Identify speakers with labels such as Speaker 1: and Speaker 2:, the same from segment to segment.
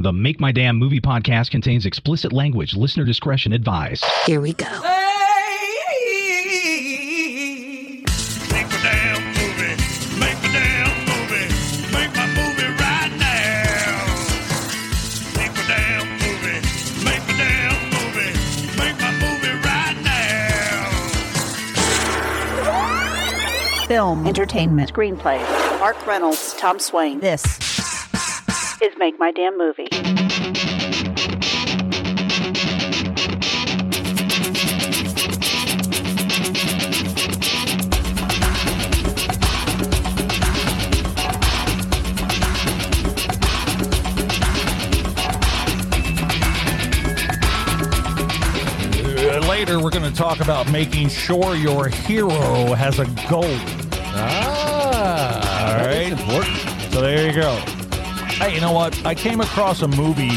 Speaker 1: The Make My Damn Movie podcast contains explicit language. Listener discretion advised.
Speaker 2: Here we go.
Speaker 3: Ah.
Speaker 4: Make my damn movie. Make my damn movie. Make my movie right now. Make my damn movie. Make my damn movie. Make my movie right now.
Speaker 5: film.
Speaker 6: Entertainment.
Speaker 5: Screenplay.
Speaker 6: Mark Reynolds, Tom Swain.
Speaker 5: This
Speaker 6: is Make My Damn Movie.
Speaker 7: Uh, Later, we're going to talk about making sure your hero has a goal. Ah, all right. So there you go. Hey, you know what? I came across a movie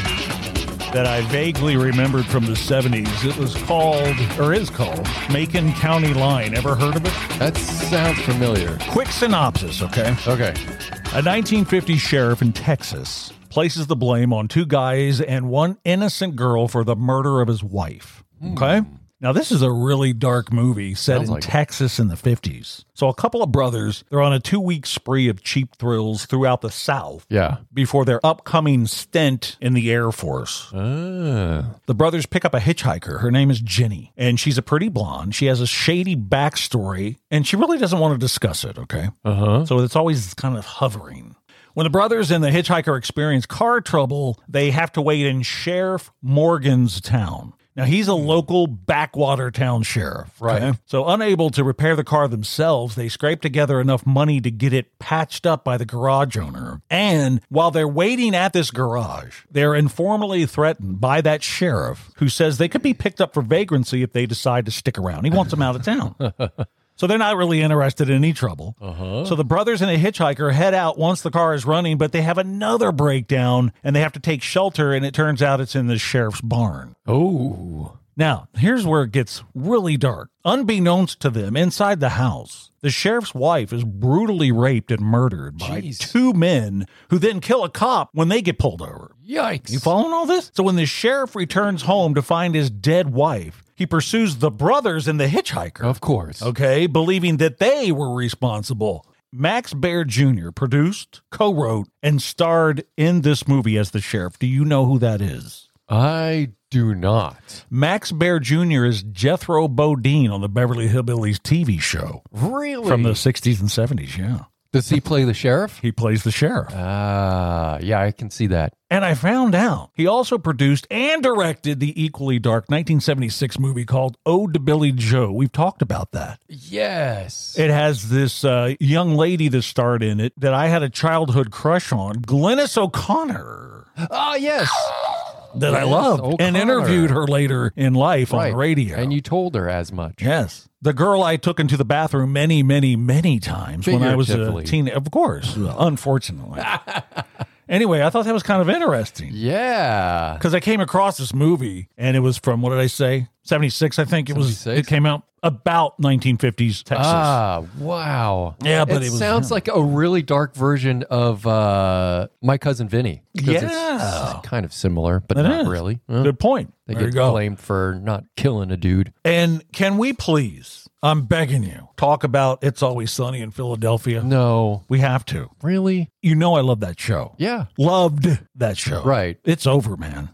Speaker 7: that I vaguely remembered from the 70s. It was called, or is called, Macon County Line. Ever heard of it?
Speaker 3: That sounds familiar.
Speaker 7: Quick synopsis, okay?
Speaker 3: Okay.
Speaker 7: A 1950 sheriff in Texas places the blame on two guys and one innocent girl for the murder of his wife. Okay. Now, this is a really dark movie set
Speaker 3: Hmm. Sounds
Speaker 7: in
Speaker 3: like it.
Speaker 7: Texas in the 50s. So, a couple of brothers, they're on a two week spree of cheap thrills throughout the South
Speaker 3: Yeah.
Speaker 7: before their upcoming stint in the Air Force.
Speaker 3: Ah.
Speaker 7: The brothers pick up a hitchhiker. Her name is Jenny, and she's a pretty blonde. She has a shady backstory, and she really doesn't want to discuss it, okay? Uh-huh. So it's always kind of hovering. When the brothers and the hitchhiker experience car trouble, they have to wait in Sheriff Morgan's town. Now, he's a local backwater town sheriff, right? So, unable to repair the car themselves, they scrape together enough money to get it patched up by the garage owner. And while they're waiting at this garage, they're informally threatened by that sheriff who says they could be picked up for vagrancy if they decide to stick around. He wants them out of town. So they're not really interested in any trouble. So the brothers and a hitchhiker head out once the car is running, but they have another breakdown and they have to take shelter. And it turns out it's in the sheriff's barn.
Speaker 3: Oh.
Speaker 7: Now, here's where it gets really dark. Unbeknownst to them, inside the house, the sheriff's wife is brutally raped and murdered by
Speaker 3: Jeez.
Speaker 7: two men who then kill a cop when they get pulled over.
Speaker 3: Yikes.
Speaker 7: You following all this? So when the sheriff returns home to find his dead wife, he pursues the brothers and the hitchhiker
Speaker 3: Of course.
Speaker 7: okay, believing that they were responsible. Max Baer Jr. produced, co wrote, and starred in this movie as the sheriff. Do you know who that is?
Speaker 3: I do not.
Speaker 7: Max Baer Jr. is Jethro Bodine on the Beverly Hillbillies TV show
Speaker 3: Really?
Speaker 7: from the 60s and 70s. Yeah.
Speaker 3: Does he play the sheriff?
Speaker 7: He plays the sheriff.
Speaker 3: Ah, yeah, I can see that.
Speaker 7: And I found out he also produced and directed the equally dark 1976 movie called Ode to Billy Joe. We've talked about that.
Speaker 3: Yes.
Speaker 7: It has this uh, young lady that starred in it that I had a childhood crush on, Glennis O'Connor,
Speaker 3: oh, yes.
Speaker 7: that I
Speaker 3: Glennis
Speaker 7: loved and
Speaker 3: O'Connor.
Speaker 7: interviewed her later in life on
Speaker 3: Right.
Speaker 7: the radio.
Speaker 3: And you told her as much.
Speaker 7: yes. The girl I took into the bathroom many, many, many times when I was a
Speaker 3: Figuratively.
Speaker 7: teen. Of course, unfortunately. anyway, I thought that was kind of interesting
Speaker 3: Yeah.
Speaker 7: because I came across this movie and it was from, what did I say? 76, I think it was.
Speaker 3: 76?
Speaker 7: It came out about 1950s Texas.
Speaker 3: Ah, wow.
Speaker 7: Yeah, but it was
Speaker 3: sounds
Speaker 7: him.
Speaker 3: like a really dark version of uh, my cousin Vinny. 'Cause it's
Speaker 7: Yeah.
Speaker 3: kind of similar, but
Speaker 7: It
Speaker 3: not
Speaker 7: is.
Speaker 3: really. Huh?
Speaker 7: Good point.
Speaker 3: They
Speaker 7: there you
Speaker 3: get
Speaker 7: go.
Speaker 3: blamed for not killing a dude.
Speaker 7: And can we please, I'm begging you, talk about It's Always Sunny in Philadelphia?
Speaker 3: No,
Speaker 7: We have to.
Speaker 3: really?
Speaker 7: You know, I love that show.
Speaker 3: Yeah.
Speaker 7: Loved that show.
Speaker 3: Right. Oh,
Speaker 7: It's over, man.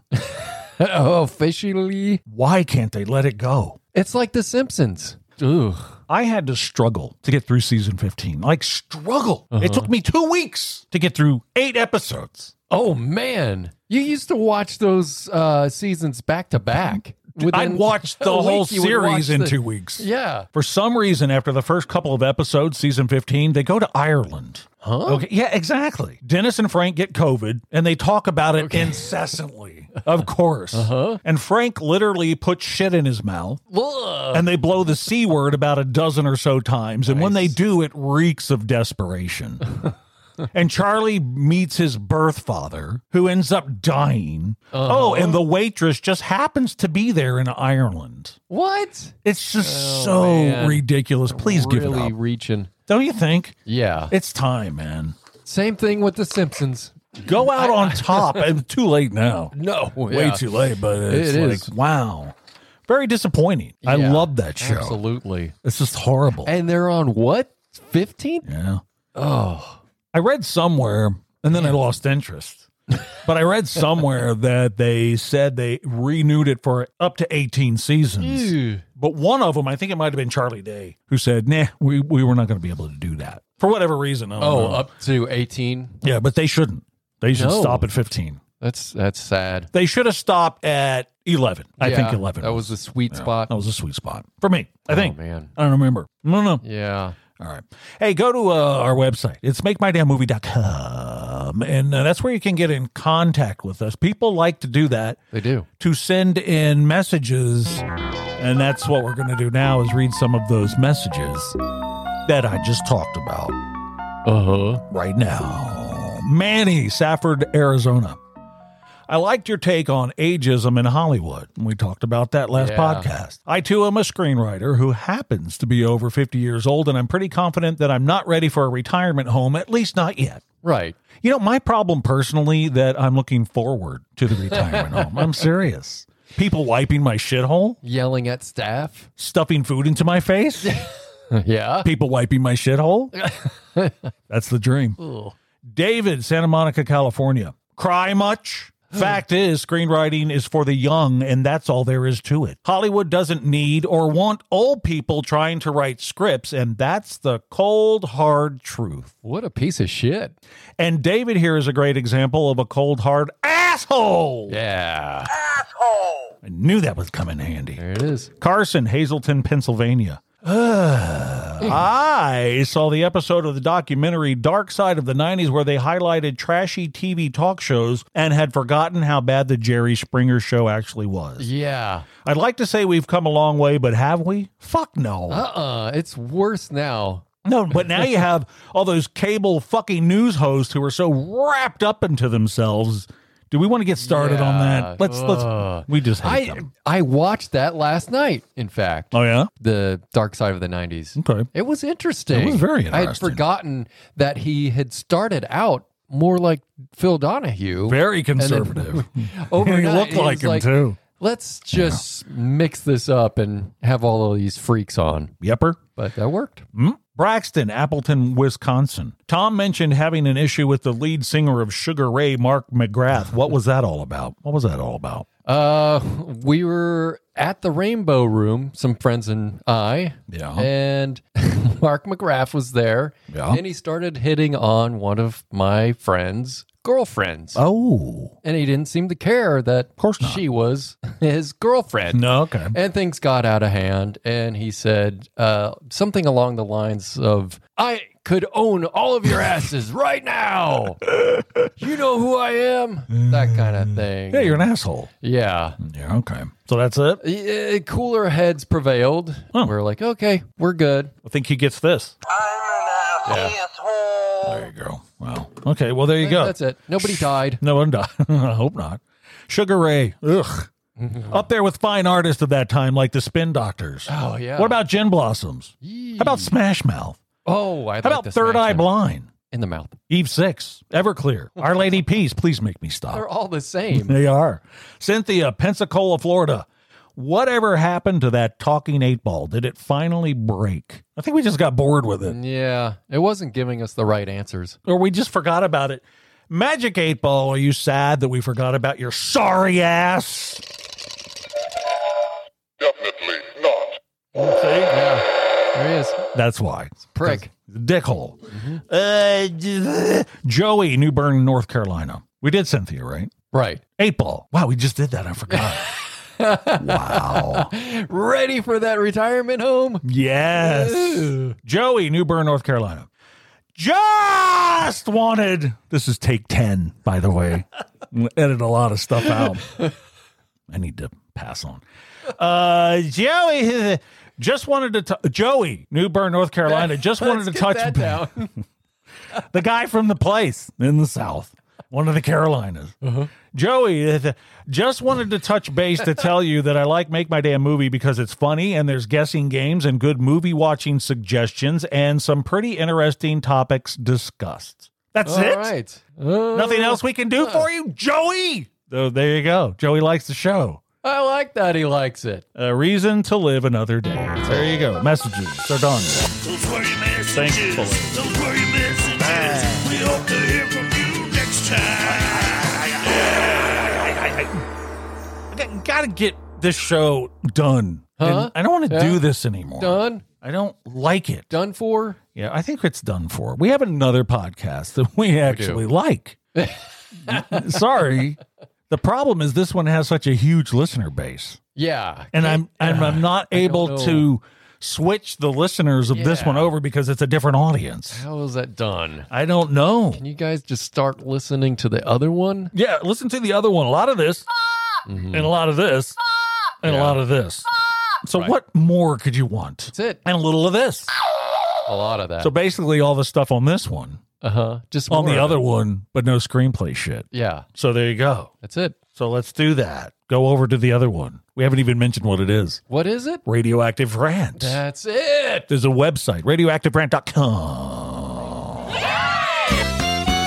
Speaker 3: Officially,
Speaker 7: Why can't they let it go?
Speaker 3: it's like The Simpsons. Ugh.
Speaker 7: I had to struggle to get through season 15. Like, struggle.
Speaker 3: Uh-huh.
Speaker 7: It took me two weeks to get through eight episodes.
Speaker 3: Oh man, you used to watch those uh, seasons back to back.
Speaker 7: I'd
Speaker 3: Within
Speaker 7: watched the
Speaker 3: a
Speaker 7: whole
Speaker 3: week, you would
Speaker 7: series
Speaker 3: watch
Speaker 7: in
Speaker 3: the-
Speaker 7: two weeks.
Speaker 3: Yeah.
Speaker 7: For some reason, after the first couple of episodes, season 15, they go to Ireland.
Speaker 3: Huh?
Speaker 7: Okay. Yeah, exactly. Dennis and Frank get COVID and they talk about it incessantly. Of course. Uh-huh. And Frank literally puts shit in his mouth
Speaker 3: Ugh.
Speaker 7: and they blow the C word about a dozen or so times. And when they do, it reeks of desperation. and Charlie meets his birth father who ends up dying.
Speaker 3: Uh-huh.
Speaker 7: Oh, and the waitress just happens to be there in Ireland.
Speaker 3: What?
Speaker 7: It's just
Speaker 3: Oh,
Speaker 7: so
Speaker 3: man.
Speaker 7: ridiculous. Please
Speaker 3: really
Speaker 7: give it up.
Speaker 3: reaching.
Speaker 7: Don't you think?
Speaker 3: Yeah.
Speaker 7: It's time, man.
Speaker 3: Same thing with the Simpsons.
Speaker 7: Go out on top. and too late now.
Speaker 3: No,
Speaker 7: Way too late, but it's
Speaker 3: It
Speaker 7: like,
Speaker 3: is.
Speaker 7: wow. Very disappointing. I
Speaker 3: Yeah,
Speaker 7: love that show.
Speaker 3: Absolutely.
Speaker 7: It's just horrible.
Speaker 3: And they're on what? 15?
Speaker 7: yeah.
Speaker 3: Oh,
Speaker 7: I read somewhere, and then I lost interest. but I read somewhere that they said they renewed it for up to 18 seasons.
Speaker 3: Ew.
Speaker 7: But one of them, I think it might have been Charlie Day, who said, nah, we, we were not going to be able to do that for whatever reason. I don't
Speaker 3: oh,
Speaker 7: know.
Speaker 3: up to 18.
Speaker 7: yeah, but they shouldn't. They should
Speaker 3: No.
Speaker 7: stop at 15.
Speaker 3: That's that's sad.
Speaker 7: They should have stopped at 11. I think
Speaker 3: Yeah,
Speaker 7: 11.
Speaker 3: That was the sweet spot.
Speaker 7: that was a sweet spot for me. I think.
Speaker 3: Oh, man.
Speaker 7: I don't remember. No, no.
Speaker 3: Yeah.
Speaker 7: All right. Hey, go to uh, our website. It's makemydamnmovie.com. And uh, that's where you can get in contact with us. People like to do that
Speaker 3: They do.
Speaker 7: to send in messages. And that's what we're going to do now is read some of those messages that I just talked about
Speaker 3: Uh-huh.
Speaker 7: right now. Manny, Safford, Arizona. I liked your take on ageism in Hollywood. We talked about that last
Speaker 3: Yeah.
Speaker 7: podcast. I too am a screenwriter who happens to be over 50 years old, and I'm pretty confident that I'm not ready for a retirement home, at least not yet.
Speaker 3: Right.
Speaker 7: You know, my problem personally that I'm looking forward to the retirement home. I'm serious. People wiping my shithole,
Speaker 3: Yelling at staff.
Speaker 7: stuffing food into my face,
Speaker 3: yeah.
Speaker 7: people wiping my shithole. That's the dream.
Speaker 3: Ugh.
Speaker 7: David, Santa Monica, California. Cry much? Fact is, screenwriting is for the young, and that's all there is to it. Hollywood doesn't need or want old people trying to write scripts, and that's the cold, hard truth.
Speaker 3: What a piece of shit.
Speaker 7: And David here is a great example of a cold, hard asshole.
Speaker 3: Yeah.
Speaker 7: I knew that was coming handy.
Speaker 3: There it is.
Speaker 7: Carson, Hazleton, Pennsylvania. I saw the episode of the documentary Dark Side of the 90s where they highlighted trashy TV talk shows and had forgotten how bad the Jerry Springer show actually was.
Speaker 3: Yeah.
Speaker 7: I'd like to say we've come a long way, but have we? Fuck no.
Speaker 3: Uh-uh. It's worse now.
Speaker 7: No, but now you have all those cable fucking news hosts who are so wrapped up into themselves. Do we want to get started on that?
Speaker 3: Yeah.
Speaker 7: Let's
Speaker 3: Ugh.
Speaker 7: let's we just hate
Speaker 3: I
Speaker 7: them.
Speaker 3: I watched that last night, in fact.
Speaker 7: Oh yeah?
Speaker 3: The Dark Side of the 90s.
Speaker 7: Okay.
Speaker 3: It was interesting.
Speaker 7: It was very
Speaker 3: I had
Speaker 7: interesting.
Speaker 3: forgotten that he had started out more like Phil Donahue.
Speaker 7: Very
Speaker 3: And then
Speaker 7: conservative.
Speaker 3: overnight,
Speaker 7: He looked
Speaker 3: was
Speaker 7: like him, too.
Speaker 3: Let's just mix this up and have all of these freaks on.
Speaker 7: Yepper.
Speaker 3: But that worked.
Speaker 7: Braxton, Appleton, Wisconsin. Tom mentioned having an issue with the lead singer of Sugar Ray, Mark McGrath. What was that all about? What was that all about?
Speaker 3: Uh, we were at the Rainbow Room, some friends and I.
Speaker 7: Yeah.
Speaker 3: And Mark McGrath was there.
Speaker 7: Yeah.
Speaker 3: And he started hitting on one of my friend's girlfriends.
Speaker 7: Oh,
Speaker 3: And he didn't seem to care that of course
Speaker 7: not.
Speaker 3: she was his girlfriend.
Speaker 7: no, okay.
Speaker 3: And things got out of hand. And he said uh, something along the lines of, I could own all of your asses right now. you know who I am? That kind of thing.
Speaker 7: Yeah, you're an asshole.
Speaker 3: yeah.
Speaker 7: Yeah, okay. So that's it.
Speaker 3: Yeah, uh, cooler heads prevailed. We're like, okay, we're good.
Speaker 7: I think he gets this.
Speaker 3: Yeah,
Speaker 7: There you go. Wow. Okay, well, there you go.
Speaker 3: that's it. Nobody died.
Speaker 7: No one died. I hope not. Sugar Ray, ugh. Up there with fine artists of that time, like the Spin Doctors.
Speaker 3: Oh yeah.
Speaker 7: What about Gin Blossoms?
Speaker 3: Yee.
Speaker 7: How about Smash Mouth?
Speaker 3: Oh, I
Speaker 7: How about Third Eye Blind?
Speaker 3: in the mouth?
Speaker 7: Eve Six, Everclear, Our Lady Peace, please make me
Speaker 3: They're
Speaker 7: stop.
Speaker 3: all the same.
Speaker 7: They are. Cynthia, Pensacola, Florida. Whatever happened to that talking eight ball? Did it finally break? I think we just got bored with it,
Speaker 3: yeah, it wasn't giving us the right answers.
Speaker 7: or we just forgot about it. Magic eight ball, are you sad that we forgot about your sorry ass?
Speaker 2: Definitely not.
Speaker 3: Yeah, there he is.
Speaker 7: That's why.
Speaker 3: Prick. Mm-hmm.
Speaker 7: Dickhole. Uh, Joey, New Bern, North Carolina. We did Cynthia, right?
Speaker 3: Right.
Speaker 7: Eight ball. Wow, we just did that. I forgot. wow.
Speaker 3: Ready for that retirement home?
Speaker 7: Yes. Joey, New Bern, North Carolina. Just wanted. This is take 10, by the way. I'm gonna Edit a lot of stuff out. I need to pass on. Uh, Joey, just wanted to. T- Joey, New Bern, North Carolina, just wanted to
Speaker 3: Let's
Speaker 7: touch
Speaker 3: get that down.
Speaker 7: the guy from the place in the South, one of the Carolinas.
Speaker 3: Uh-huh.
Speaker 7: Joey, uh, just wanted to touch base to tell you that I like Make My Damn Movie because it's funny and there's guessing games and good movie watching suggestions and some pretty interesting topics discussed. That's
Speaker 3: All
Speaker 7: it.
Speaker 3: right. Uh,
Speaker 7: Nothing else we can do for you, Joey. So there you go. Joey likes the show.
Speaker 3: I like that he likes it.
Speaker 7: A reason to live another day. There you go. Messages are done.
Speaker 4: Those were your messages.
Speaker 7: Thankfully.
Speaker 4: Those were your messages. We hope to hear from you next time.
Speaker 7: I gotta get this show done.
Speaker 3: Huh?
Speaker 7: And I don't want to
Speaker 3: Yeah.
Speaker 7: do this anymore.
Speaker 3: Done?
Speaker 7: I don't like it.
Speaker 3: Done for?
Speaker 7: Yeah, I think it's done for. We have another podcast that we actually like. Sorry. The problem is this one has such a huge listener base.
Speaker 3: Yeah.
Speaker 7: And I'm and I'm not able
Speaker 3: know.
Speaker 7: to switch the listeners of this
Speaker 3: Yeah.
Speaker 7: one over because it's a different audience.
Speaker 3: How is that done?
Speaker 7: I don't know.
Speaker 3: Can you guys just start listening to the other one?
Speaker 7: Yeah, listen to the other one. A lot of this and a lot of this and a
Speaker 3: Mm-hmm. Yeah.
Speaker 7: lot of this. So
Speaker 3: Right.
Speaker 7: what more could you want?
Speaker 3: That's it.
Speaker 7: And a little of this.
Speaker 3: A lot of that.
Speaker 7: So basically all the stuff on this one,
Speaker 3: uh huh. Just
Speaker 7: on
Speaker 3: more
Speaker 7: the
Speaker 3: of
Speaker 7: other
Speaker 3: it.
Speaker 7: one, but no screenplay shit.
Speaker 3: Yeah.
Speaker 7: So there you go.
Speaker 3: That's it.
Speaker 7: So let's do that. Go over to the other one. We haven't even mentioned what it is.
Speaker 3: What is it?
Speaker 7: Radioactive Rant.
Speaker 3: That's it.
Speaker 7: There's a website, radioactiverant.com.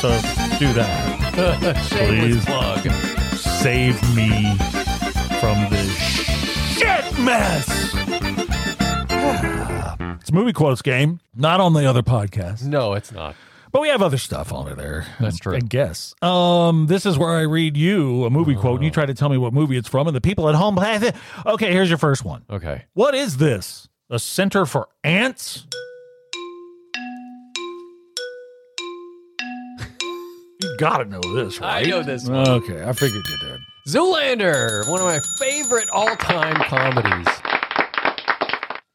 Speaker 7: So do that. Please.
Speaker 3: Shameless plug.
Speaker 7: Save me from this shit mess. it's a movie quotes game, not on the other podcast.
Speaker 3: No, it's not.
Speaker 7: But we have other stuff on it there.
Speaker 3: That's true.
Speaker 7: I guess. Um, this is where I read you a movie quote
Speaker 3: Oh.
Speaker 7: and you try to tell me what movie it's from and the people at home. Okay, here's your first one.
Speaker 3: Okay.
Speaker 7: What is this? A center for ants? you gotta know this,
Speaker 3: I
Speaker 7: right?
Speaker 3: know this one.
Speaker 7: Okay, I figured you did.
Speaker 3: Zoolander, one of my favorite all-time comedies.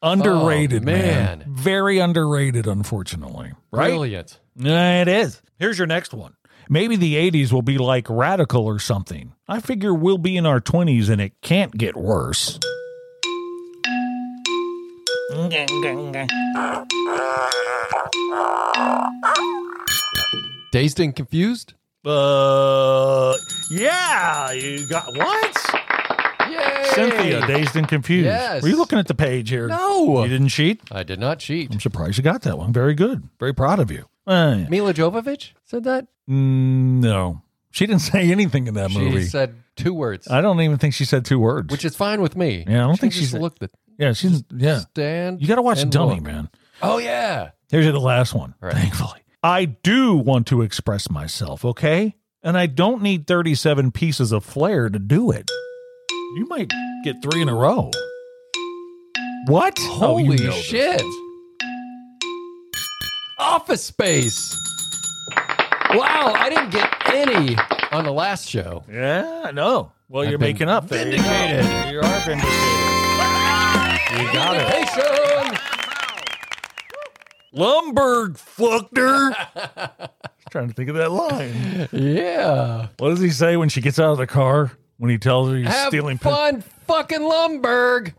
Speaker 7: Underrated,
Speaker 3: Oh,
Speaker 7: man.
Speaker 3: man.
Speaker 7: Very underrated, unfortunately. Right?
Speaker 3: Brilliant.
Speaker 7: Yeah, it is. Here's your next one. Maybe the 80s will be like radical or something. I figure we'll be in our 20s and it can't get worse.
Speaker 3: Dazed and confused.
Speaker 7: Uh, yeah, you got what?
Speaker 3: Yay!
Speaker 7: Cynthia, dazed and confused.
Speaker 3: Yes.
Speaker 7: Were you looking at the page here?
Speaker 3: No,
Speaker 7: You didn't cheat?
Speaker 3: I did not cheat.
Speaker 7: I'm surprised you got that one. Very good. Very proud of you. Eh,
Speaker 3: Mila Jovovich said that.
Speaker 7: mm, no. She didn't say anything in that
Speaker 3: She
Speaker 7: movie.
Speaker 3: said two words,
Speaker 7: I don't even think she said two words.
Speaker 3: which is fine with me.
Speaker 7: Yeah, I don't think
Speaker 3: she just
Speaker 7: she's-
Speaker 3: looked at
Speaker 7: yeah, she's yeah.
Speaker 3: stand.
Speaker 7: You got to watch
Speaker 3: and
Speaker 7: Dummy,
Speaker 3: look.
Speaker 7: man.
Speaker 3: Oh yeah,
Speaker 7: Here's the last one,
Speaker 3: Right.
Speaker 7: thankfully. I do want to express myself, okay? And I don't need 37 pieces of flair to do it. You might get three in a row. What? Oh,
Speaker 3: holy
Speaker 7: you know this.
Speaker 3: shit! Office Space. Wow, I didn't get any on the last show.
Speaker 7: Yeah, I know. Well,
Speaker 3: I've
Speaker 7: you're
Speaker 3: been
Speaker 7: making up. There you go.
Speaker 3: vindicated.
Speaker 7: You are vindicated. You got it.
Speaker 3: Vindication.
Speaker 7: Lumberg fuckner. trying to think of that line.
Speaker 3: Yeah.
Speaker 7: What does he say when she gets out of the car? When he tells her he's
Speaker 3: Have
Speaker 7: stealing pen-
Speaker 3: fun, fucking Lumberg.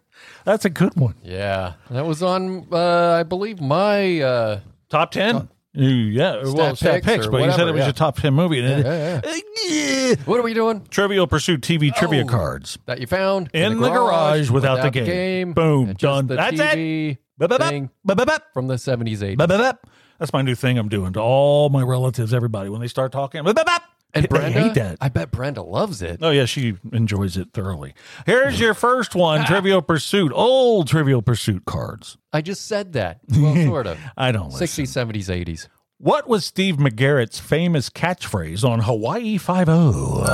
Speaker 7: That's a good one.
Speaker 3: Yeah, that was on, uh, I believe, my. Uh,
Speaker 7: Top 10. yeah,
Speaker 3: Stat
Speaker 7: well, stat
Speaker 3: picks
Speaker 7: picks,
Speaker 3: or
Speaker 7: but you said
Speaker 3: whatever,
Speaker 7: it was
Speaker 3: yeah.
Speaker 7: your top 10 movie. and it-
Speaker 3: yeah,
Speaker 7: Yeah.
Speaker 3: what are we doing?
Speaker 7: Trivial Pursuit TV trivia
Speaker 3: Oh.
Speaker 7: cards.
Speaker 3: That you found
Speaker 7: In the garage without the game. Boom,
Speaker 3: and just
Speaker 7: done.
Speaker 3: The
Speaker 7: That's it.
Speaker 3: TV
Speaker 7: Bup, bup, bup,
Speaker 3: Thing
Speaker 7: bup, bup, bup,
Speaker 3: from the seventies,
Speaker 7: bup,
Speaker 3: eighties,
Speaker 7: bup, bup. That's my new thing I'm doing to all my relatives, everybody. When they start talking, bup, bup, bup.
Speaker 3: and
Speaker 7: They
Speaker 3: Brenda.
Speaker 7: hate that.
Speaker 3: I bet Brenda loves it.
Speaker 7: Oh yeah, she enjoys it thoroughly. Here's your first one, Trivial Pursuit. Old Trivial Pursuit cards.
Speaker 3: I just said that. Well, sort of.
Speaker 7: I don't listen.
Speaker 3: Sixties, seventies, eighties.
Speaker 7: What was Steve McGarrett's famous catchphrase on Hawaii Five O?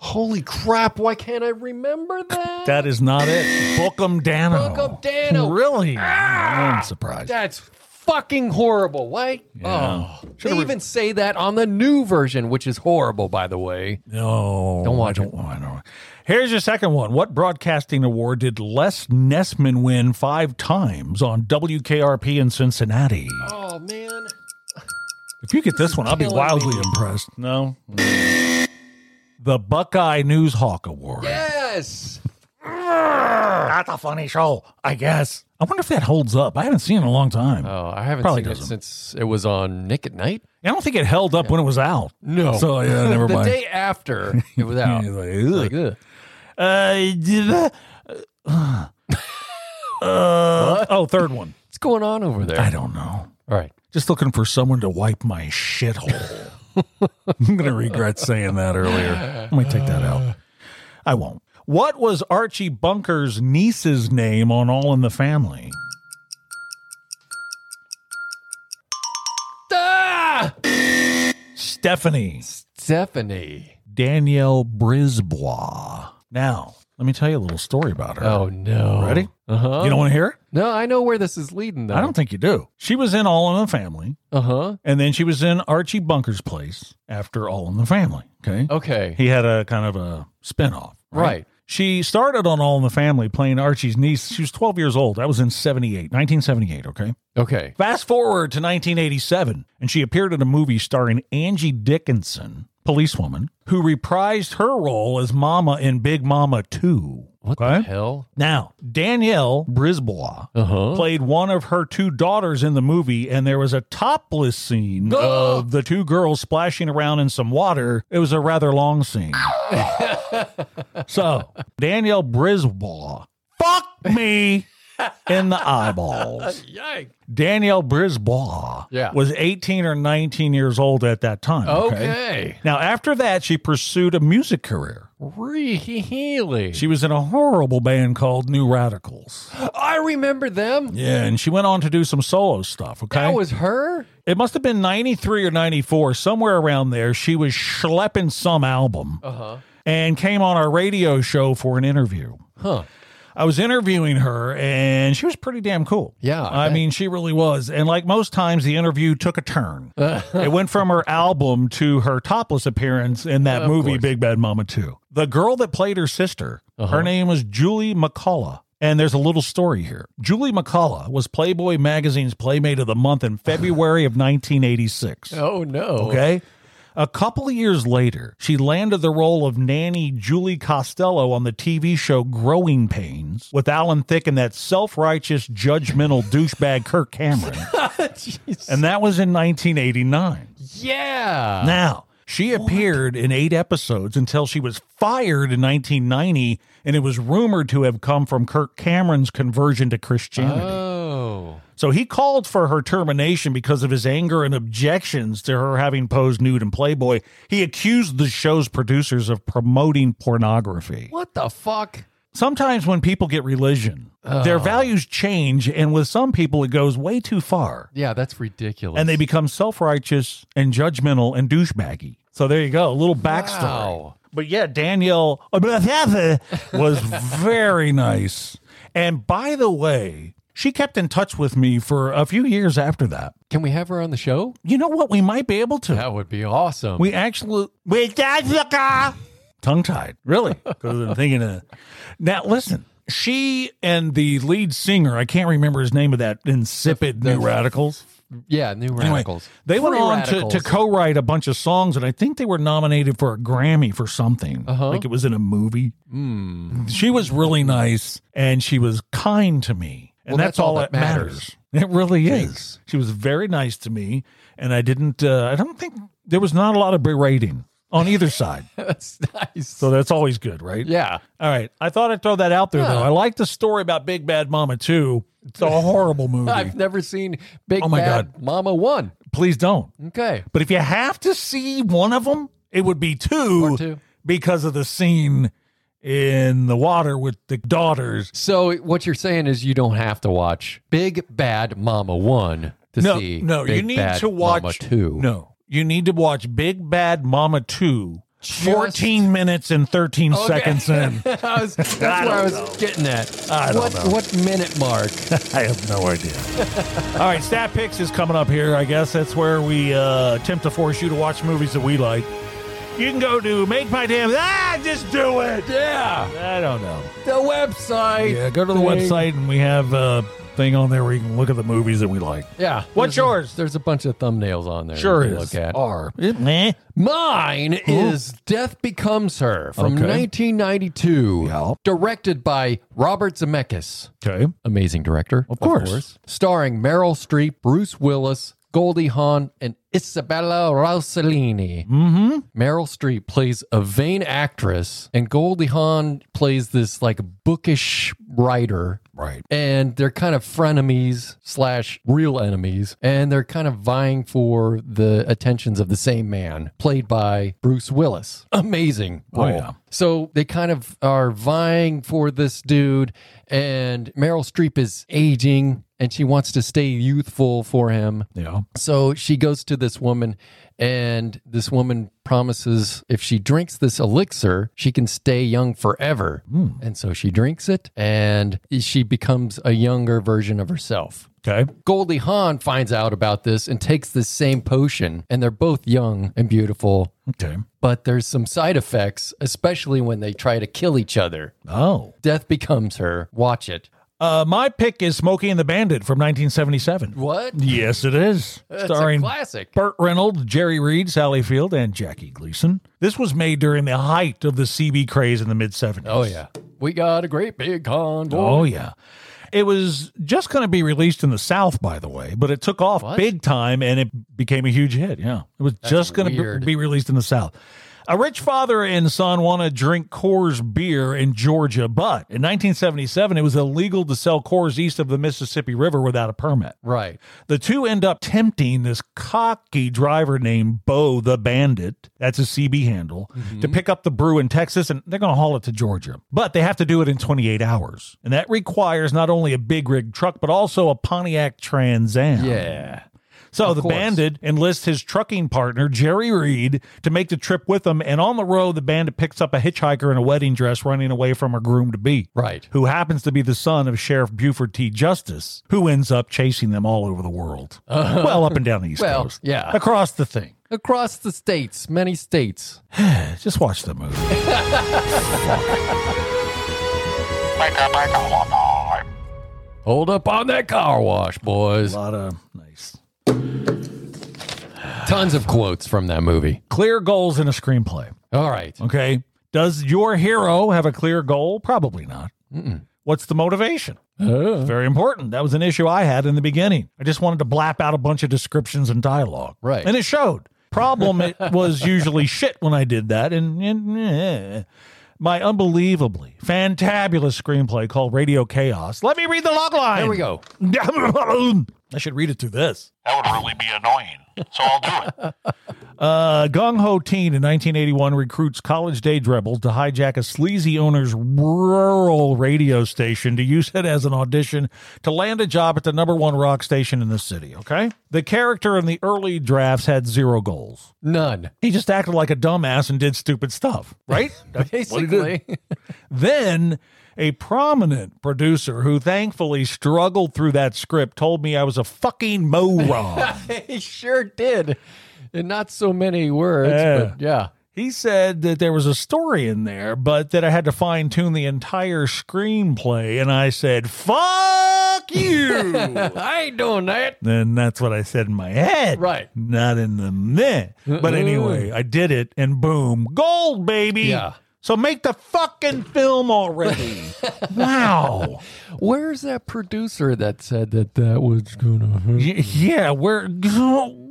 Speaker 3: Holy crap! Why can't I remember that?
Speaker 7: That is not it. Book 'em Dano.
Speaker 3: Book 'em Dano. Ah!
Speaker 7: Really? I'm surprised.
Speaker 3: That's fucking horrible. Why? Oh, they
Speaker 7: Should've re-
Speaker 3: even say that on the new version, which is horrible, by the way.
Speaker 7: No,
Speaker 3: Don't watch
Speaker 7: I
Speaker 3: it.
Speaker 7: I don't. Here's your second one. What broadcasting award did Les Nessman win five times on WKRP in Cincinnati?
Speaker 3: Oh man.
Speaker 7: If you get this one, I'll be
Speaker 3: killing
Speaker 7: wildly impressed. No. The Buckeye Newshawk Award.
Speaker 3: Yes.
Speaker 7: That's a funny show, I guess. I wonder if that holds up. I haven't seen it in a long time.
Speaker 3: Oh, I haven't
Speaker 7: Probably
Speaker 3: seen
Speaker 7: doesn't.
Speaker 3: it since it was on Nick at Night.
Speaker 7: I don't think it held up when it was out.
Speaker 3: No.
Speaker 7: So, yeah, never
Speaker 3: the
Speaker 7: mind.
Speaker 3: day after it was out.
Speaker 7: He's like,
Speaker 3: Like,
Speaker 7: "Ugh."
Speaker 3: ugh.
Speaker 7: Uh, d- uh, uh, oh, third one.
Speaker 3: What's going on over there?
Speaker 7: I don't know.
Speaker 3: All right.
Speaker 7: Just looking for someone to wipe my shithole. I'm going to regret saying that earlier. I might take that out. I won't. What was Archie Bunker's niece's name on All in the Family?
Speaker 3: Ah!
Speaker 7: Stephanie.
Speaker 3: Stephanie.
Speaker 7: Danielle Brisbois. Now, let me tell you a little story about her.
Speaker 3: Oh no.
Speaker 7: Ready?
Speaker 3: Uh huh.
Speaker 7: You don't want to hear it?
Speaker 3: No, I know where this is leading though.
Speaker 7: I don't think you do. She was in All in the Family,
Speaker 3: Uh huh.
Speaker 7: and then she was in Archie Bunker's place after All in the Family. Okay.
Speaker 3: Okay.
Speaker 7: He had a kind of a spinoff.
Speaker 3: right.
Speaker 7: She started on All in the Family playing Archie's niece. She was 12 years old. That was in 78, 1978. Okay.
Speaker 3: Okay.
Speaker 7: Fast forward to 1987, and she appeared in a movie starring Angie Dickinson, policewoman, who reprised her role as Mama in Big Mama 2.
Speaker 3: What the
Speaker 7: Okay?
Speaker 3: hell?
Speaker 7: Now, Danielle Brisbois
Speaker 3: Uh huh.
Speaker 7: played one of her two daughters in the movie, and there was a topless scene of the two girls splashing around in some water. It was a rather long scene. so, Danielle Brisbois, fuck me in the eyeballs.
Speaker 3: Yikes.
Speaker 7: Danielle Brisbois
Speaker 3: Yeah.
Speaker 7: was 18 or 19 years old at that time.
Speaker 3: Okay.
Speaker 7: Now, after that, she pursued a music career.
Speaker 3: Really?
Speaker 7: She was in a horrible band called New Radicals.
Speaker 3: I remember them.
Speaker 7: Yeah, and she went on to do some solo stuff. Okay.
Speaker 3: That was her.
Speaker 7: It must have been 93 or 94, somewhere around there. She was schlepping some album
Speaker 3: Uh huh.
Speaker 7: and came on our radio show for an interview.
Speaker 3: Huh.
Speaker 7: I was interviewing her and she was pretty damn cool.
Speaker 3: Yeah, I
Speaker 7: I,
Speaker 3: bet.
Speaker 7: mean, she really was. And like most times, the interview took a turn. it went from her album to her topless appearance in that
Speaker 3: Of
Speaker 7: movie,
Speaker 3: course. Uh-huh.
Speaker 7: Big Bad Mama 2. The girl that played her sister, her name was Julie McCullough. And there's a little story here. Julie McCullough was Playboy magazine's Playmate of the Month in February of 1986.
Speaker 3: Oh no.
Speaker 7: Okay. A couple of years later, she landed the role of nanny Julie Costello on the TV show Growing Pains with Alan Thicke and that self righteous, judgmental douchebag Kirk Cameron.
Speaker 3: Jeez.
Speaker 7: And that was in 1989.
Speaker 3: yeah.
Speaker 7: Now, she appeared in eight episodes until she was fired in 1990, and it was rumored to have come from Kirk Cameron's conversion to Christianity.
Speaker 3: oh.
Speaker 7: So he called for her termination because of his anger and objections to her having posed nude in Playboy. He accused the show's producers of promoting pornography.
Speaker 3: What the fuck?
Speaker 7: Sometimes when people get religion, their values change, and with some people, it goes way too far,
Speaker 3: Yeah, that's ridiculous.
Speaker 7: and they become self righteous and judgmental and douchebaggy. So there you go, a little backstory.
Speaker 3: Wow.
Speaker 7: But yeah, Danielle was very nice. And by the way, she kept in touch with me for a few years after that.
Speaker 3: Can we have her on the show?
Speaker 7: You know what? We might be able to.
Speaker 3: That would be awesome.
Speaker 7: We actually we tongue tied. Really? Because I'm thinking of now. Listen, she and the lead singer. I can't remember his name of that insipid
Speaker 3: The- the-
Speaker 7: New Radicals.
Speaker 3: yeah, new
Speaker 7: Anyway,
Speaker 3: radicals.
Speaker 7: they went
Speaker 3: Free
Speaker 7: on
Speaker 3: radicals.
Speaker 7: to, to co-write a bunch of songs, and I think they were nominated for a Grammy for something.
Speaker 3: Uh-huh. Hmm.
Speaker 7: Like it was in a movie. She was really nice, and she was kind to me, and
Speaker 3: Well,
Speaker 7: that's, all, that matters. It really
Speaker 3: Thanks.
Speaker 7: is. She was very nice to me, and I didn't. Uh, I don't think there was not a lot of berating on either side,
Speaker 3: that's nice.
Speaker 7: so that's always good, right?
Speaker 3: yeah.
Speaker 7: All right. I thought I'd throw that out there, though.
Speaker 3: Yeah.
Speaker 7: I like the story about Big Bad Mama too. It's a horrible movie.
Speaker 3: I've never seen Big
Speaker 7: Oh my
Speaker 3: Bad Mama One.
Speaker 7: Please don't.
Speaker 3: Okay.
Speaker 7: But if you have to see one of them, it would be two,
Speaker 3: Or two.
Speaker 7: because of the scene in the water with the daughters.
Speaker 3: So what you're saying is you don't have to watch Big Bad Mama One to
Speaker 7: no,
Speaker 3: see.
Speaker 7: no,
Speaker 3: Big
Speaker 7: you need
Speaker 3: Bad
Speaker 7: to watch
Speaker 3: Mama Two.
Speaker 7: No, you need to watch Big Bad Mama Two.
Speaker 3: Just-
Speaker 7: Fourteen minutes and thirteen
Speaker 3: Okay.
Speaker 7: seconds in.
Speaker 3: I was, that's
Speaker 7: I
Speaker 3: where I
Speaker 7: don't
Speaker 3: was
Speaker 7: know.
Speaker 3: getting at.
Speaker 7: I don't
Speaker 3: what,
Speaker 7: know.
Speaker 3: what minute mark?
Speaker 7: I have no idea. All right, Stat Picks is coming up here. I guess that's where we uh, attempt to force you to watch movies that we like. You can go to Make My Damn. Ah, just do it.
Speaker 3: yeah,
Speaker 7: I don't know.
Speaker 3: the website.
Speaker 7: Yeah, go to the
Speaker 3: thing.
Speaker 7: website and we have a thing on there where you can look at the movies that we like.
Speaker 3: Yeah.
Speaker 7: What's
Speaker 3: there's a-
Speaker 7: yours?
Speaker 3: there's a bunch of thumbnails on there. you can Look at.
Speaker 7: R. Meh.
Speaker 3: Mine is Death Becomes Her from
Speaker 7: Okay.
Speaker 3: 1992,
Speaker 7: Yeah.
Speaker 3: directed by Robert Zemeckis.
Speaker 7: Okay.
Speaker 3: Amazing director. Of
Speaker 7: course.
Speaker 3: Starring Meryl Streep, Bruce Willis, Goldie Hawn, and Isabella Rossellini.
Speaker 7: Mm-hmm.
Speaker 3: Meryl Streep plays a vain actress, and Goldie Hawn plays this like bookish writer
Speaker 7: Right.
Speaker 3: and they're kind of frenemies slash real enemies, and they're kind of vying for the attentions of the same man, played by Bruce Willis. Amazing
Speaker 7: Oh,
Speaker 3: role.
Speaker 7: yeah.
Speaker 3: So they kind of are vying for this dude, and Meryl Streep is aging, and she wants to stay youthful for him.
Speaker 7: Yeah.
Speaker 3: So she goes to this woman, and this woman promises if she drinks this elixir, she can stay young forever.
Speaker 7: Hmm.
Speaker 3: And so she drinks it, and she becomes a younger version of herself.
Speaker 7: Okay.
Speaker 3: Goldie Hawn finds out about this and takes this same potion, and they're both young and beautiful.
Speaker 7: Okay.
Speaker 3: But there's some side effects, especially when they try to kill each other.
Speaker 7: Oh.
Speaker 3: Death becomes her. Watch it.
Speaker 7: Uh, my pick is Smokey and the Bandit from 1977.
Speaker 3: What?
Speaker 7: Yes, it is.
Speaker 3: That's
Speaker 7: Starring
Speaker 3: a classic.
Speaker 7: Burt Reynolds, Jerry Reed, Sally Field, and Jackie Gleason. This was made during the height of the CB craze in the mid 70s.
Speaker 3: Oh yeah, we got a great big convoy.
Speaker 7: Oh, yeah. It was just going to be released in the South, by the way, but it took off
Speaker 3: What?
Speaker 7: big time and it became a huge hit. Yeah. It was just going to
Speaker 3: weird.
Speaker 7: be released in the South. A rich father and son want to drink Coors beer in Georgia, but in 1977, it was illegal to sell Coors east of the Mississippi River without a permit.
Speaker 3: Right.
Speaker 7: The two end up tempting this cocky driver named Bo the Bandit, that's a CB handle, to pick up the brew in Texas and they're going to haul it to Georgia. But they have to do it in 28 hours. And that requires not only a big rig truck, but also a Pontiac Trans Am.
Speaker 3: Yeah.
Speaker 7: So the
Speaker 3: course.
Speaker 7: bandit enlists his trucking partner, Jerry Reed, to make the trip with him. And on the road, the bandit picks up a hitchhiker in a wedding dress running away from a groom to be.
Speaker 3: Right.
Speaker 7: Who happens to be the son of Sheriff Buford T. Justice, who ends up chasing them all over the world. Well, up and down the East
Speaker 3: Well,
Speaker 7: Coast.
Speaker 3: yeah.
Speaker 7: Across the thing.
Speaker 3: Across the states, many states.
Speaker 7: Just watch the movie.
Speaker 3: Hold up on that car wash, boys.
Speaker 7: A lot of nice.
Speaker 3: Tons of quotes from that movie.
Speaker 7: Clear goals in a screenplay.
Speaker 3: All right.
Speaker 7: Okay. Does your hero have a clear goal? Probably not. What's the motivation?
Speaker 3: Uh.
Speaker 7: Very important. That was an issue I had in the beginning. I just wanted to blap out a bunch of descriptions and dialogue.
Speaker 3: Right.
Speaker 7: And it showed. Problem it was usually shit when I did that. And, and, eh. my unbelievably fantabulous screenplay called Radio Chaos. Let me read the log line.
Speaker 3: There we go.
Speaker 7: I should read it through this.
Speaker 4: That would really be annoying. So I'll do it.
Speaker 7: Uh, Gung Ho Teen in 1981 recruits college day rebels to hijack a sleazy owner's rural radio station to use it as an audition to land a job at the number one rock station in the city. Okay. The character in the early drafts had zero goals.
Speaker 3: None.
Speaker 7: He just acted like a dumbass and did stupid stuff, right?
Speaker 3: Basically.
Speaker 7: Then a prominent producer who thankfully struggled through that script told me I was a fucking moron.
Speaker 3: he sure did. And not so many words,
Speaker 7: Yeah.
Speaker 3: but yeah.
Speaker 7: He said that there was a story in there, but that I had to fine tune the entire screenplay. And I said, fuck you.
Speaker 3: I ain't doing that.
Speaker 7: Then that's what I said in my head.
Speaker 3: Right.
Speaker 7: Not in the meh. But anyway, I did it and boom, gold, baby.
Speaker 3: Yeah.
Speaker 7: So make the fucking film already. wow.
Speaker 3: Where's that producer that said that that was gonna
Speaker 7: Y- yeah, we're.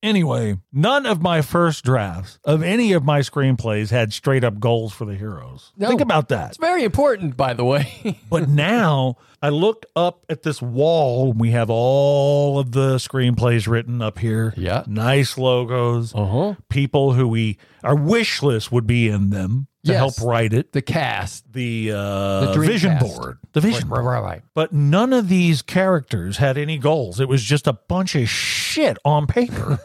Speaker 7: Anyway, none of my first drafts of any of my screenplays had straight up goals for the heroes.
Speaker 3: No.
Speaker 7: Think about that.
Speaker 3: It's very important, by the way.
Speaker 7: But now I look up at this wall. We have all of the screenplays written up here.
Speaker 3: Yeah.
Speaker 7: Nice logos.
Speaker 3: uh-huh.
Speaker 7: People who we, our wish list would be in them to
Speaker 3: Yes.
Speaker 7: help write it.
Speaker 3: The cast.
Speaker 7: The, uh,
Speaker 3: The
Speaker 7: vision
Speaker 3: Dreamcast.
Speaker 7: board. The vision
Speaker 3: Right,
Speaker 7: board.
Speaker 3: right, right.
Speaker 7: But none of these characters had any goals. It was just a bunch of shit on paper.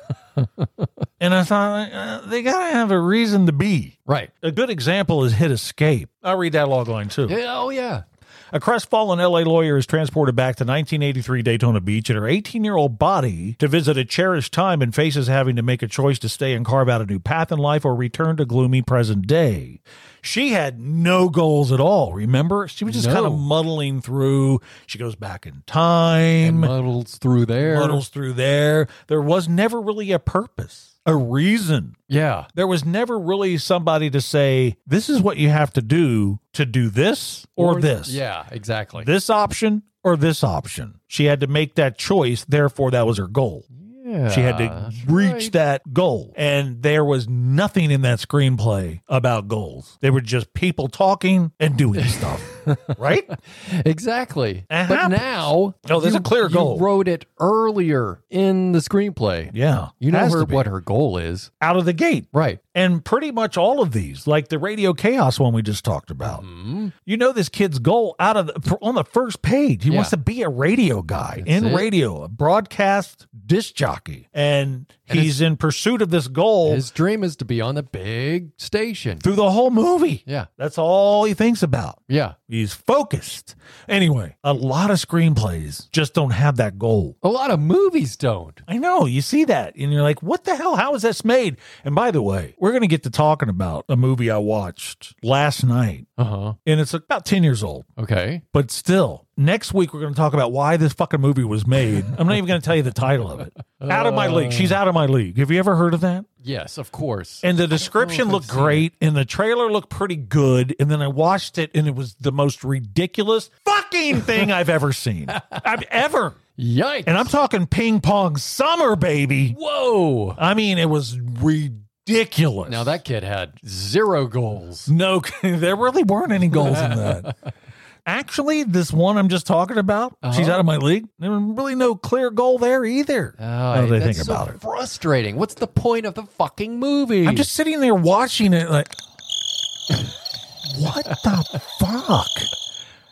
Speaker 7: and I thought, uh, they got to have a reason to be.
Speaker 3: Right.
Speaker 7: A good example is Hit Escape. I'll read that log line too.
Speaker 3: Yeah, oh yeah.
Speaker 7: A crestfallen LA lawyer is transported back to 1983 Daytona Beach and her 18 year old body to visit a cherished time and faces having to make a choice to stay and carve out a new path in life or return to gloomy present day. She had no goals at all, remember? She was just
Speaker 3: No.
Speaker 7: kind of muddling through. She goes back in time,
Speaker 3: Muddles through there.
Speaker 7: muddles through there. There was never really a purpose, a reason.
Speaker 3: Yeah.
Speaker 7: There was never really somebody to say, this is what you have to do to do this or, this
Speaker 3: Yeah, exactly.
Speaker 7: this option or this option. She had to make that choice. Therefore, that was her goal.
Speaker 3: Yeah,
Speaker 7: She had to
Speaker 3: that's
Speaker 7: reach
Speaker 3: right.
Speaker 7: that goal. And there was nothing in that screenplay about goals. They were just people talking and doing stuff. right?
Speaker 3: Exactly.
Speaker 7: It
Speaker 3: but
Speaker 7: happens.
Speaker 3: now,
Speaker 7: No, there's
Speaker 3: you-
Speaker 7: a clear goal.
Speaker 3: You wrote it earlier in the screenplay.
Speaker 7: Yeah.
Speaker 3: You know
Speaker 7: Has to
Speaker 3: her,
Speaker 7: be.
Speaker 3: what her goal is,
Speaker 7: Out of the gate.
Speaker 3: right?
Speaker 7: And pretty much all of these, like the Radio Chaos one we just talked about,
Speaker 3: Mm-hmm.
Speaker 7: you know, this kid's goal out of the, on the first page, he
Speaker 3: Yeah.
Speaker 7: wants to be a radio guy
Speaker 3: That's
Speaker 7: in
Speaker 3: it.
Speaker 7: radio, a broadcast disc jockey, and,
Speaker 3: And
Speaker 7: he's in pursuit of this goal
Speaker 3: His dream is to be on the big station.
Speaker 7: through the whole movie.
Speaker 3: Yeah,
Speaker 7: That's all he thinks about.
Speaker 3: yeah.
Speaker 7: He's focused. Anyway, a lot of screenplays just don't have that goal.
Speaker 3: A lot of movies don't.
Speaker 7: I know. You see that and you're like, what the hell? How is this made? And by the way, we're going to get to talking about a movie I watched last night
Speaker 3: Uh huh.
Speaker 7: and it's about 10 years old,
Speaker 3: Okay.
Speaker 7: but still, next week we're going to talk about why this fucking movie was made. I'm not even going to tell you the title of it. Out of my league. She's out of my league. Have you ever heard of that?
Speaker 3: Yes, of course.
Speaker 7: And the description
Speaker 3: I've
Speaker 7: looked
Speaker 3: Oh, seen it.
Speaker 7: great and the trailer looked pretty good. And then I watched it and it was the most ridiculous fucking thing I've ever seen. I've ever.
Speaker 3: Yikes.
Speaker 7: And I'm talking ping pong summer, baby.
Speaker 3: Whoa.
Speaker 7: I mean, it was ridiculous.
Speaker 3: Now that kid had zero goals.
Speaker 7: no, there really weren't any goals in that. Actually, this one I'm just talking about,
Speaker 3: Uh-huh.
Speaker 7: she's out of my league. There was really no clear goal there either.
Speaker 3: Oh,
Speaker 7: How do they
Speaker 3: that's
Speaker 7: think
Speaker 3: so
Speaker 7: about it?
Speaker 3: Frustrating. What's the point of the fucking movie?
Speaker 7: I'm just sitting there watching it, like, what the fuck?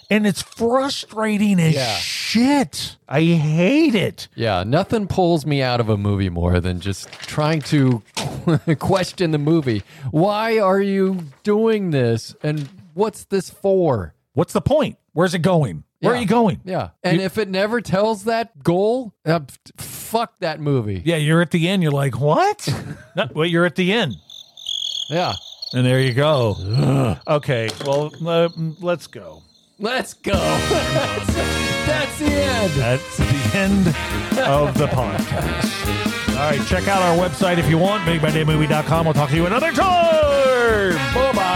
Speaker 7: And it's frustrating as
Speaker 3: Yeah.
Speaker 7: shit. I hate it.
Speaker 3: Yeah, nothing pulls me out of a movie more than just trying to question the movie. Why are you doing this? And what's this for?
Speaker 7: What's the point? Where's it going? Where
Speaker 3: Yeah.
Speaker 7: are you going?
Speaker 3: Yeah. And if it never tells that goal, uh, f- fuck that movie.
Speaker 7: Yeah, you're at the end. You're like, what? no, well, you're at the end.
Speaker 3: Yeah.
Speaker 7: And there you go. Okay, well, uh, mm, let's go.
Speaker 3: Let's go. that's, that's the end.
Speaker 7: That's the end of the podcast. All right, check out our website if you want, bigbydaymovie.com. We'll talk to you another time.
Speaker 3: Bye bye.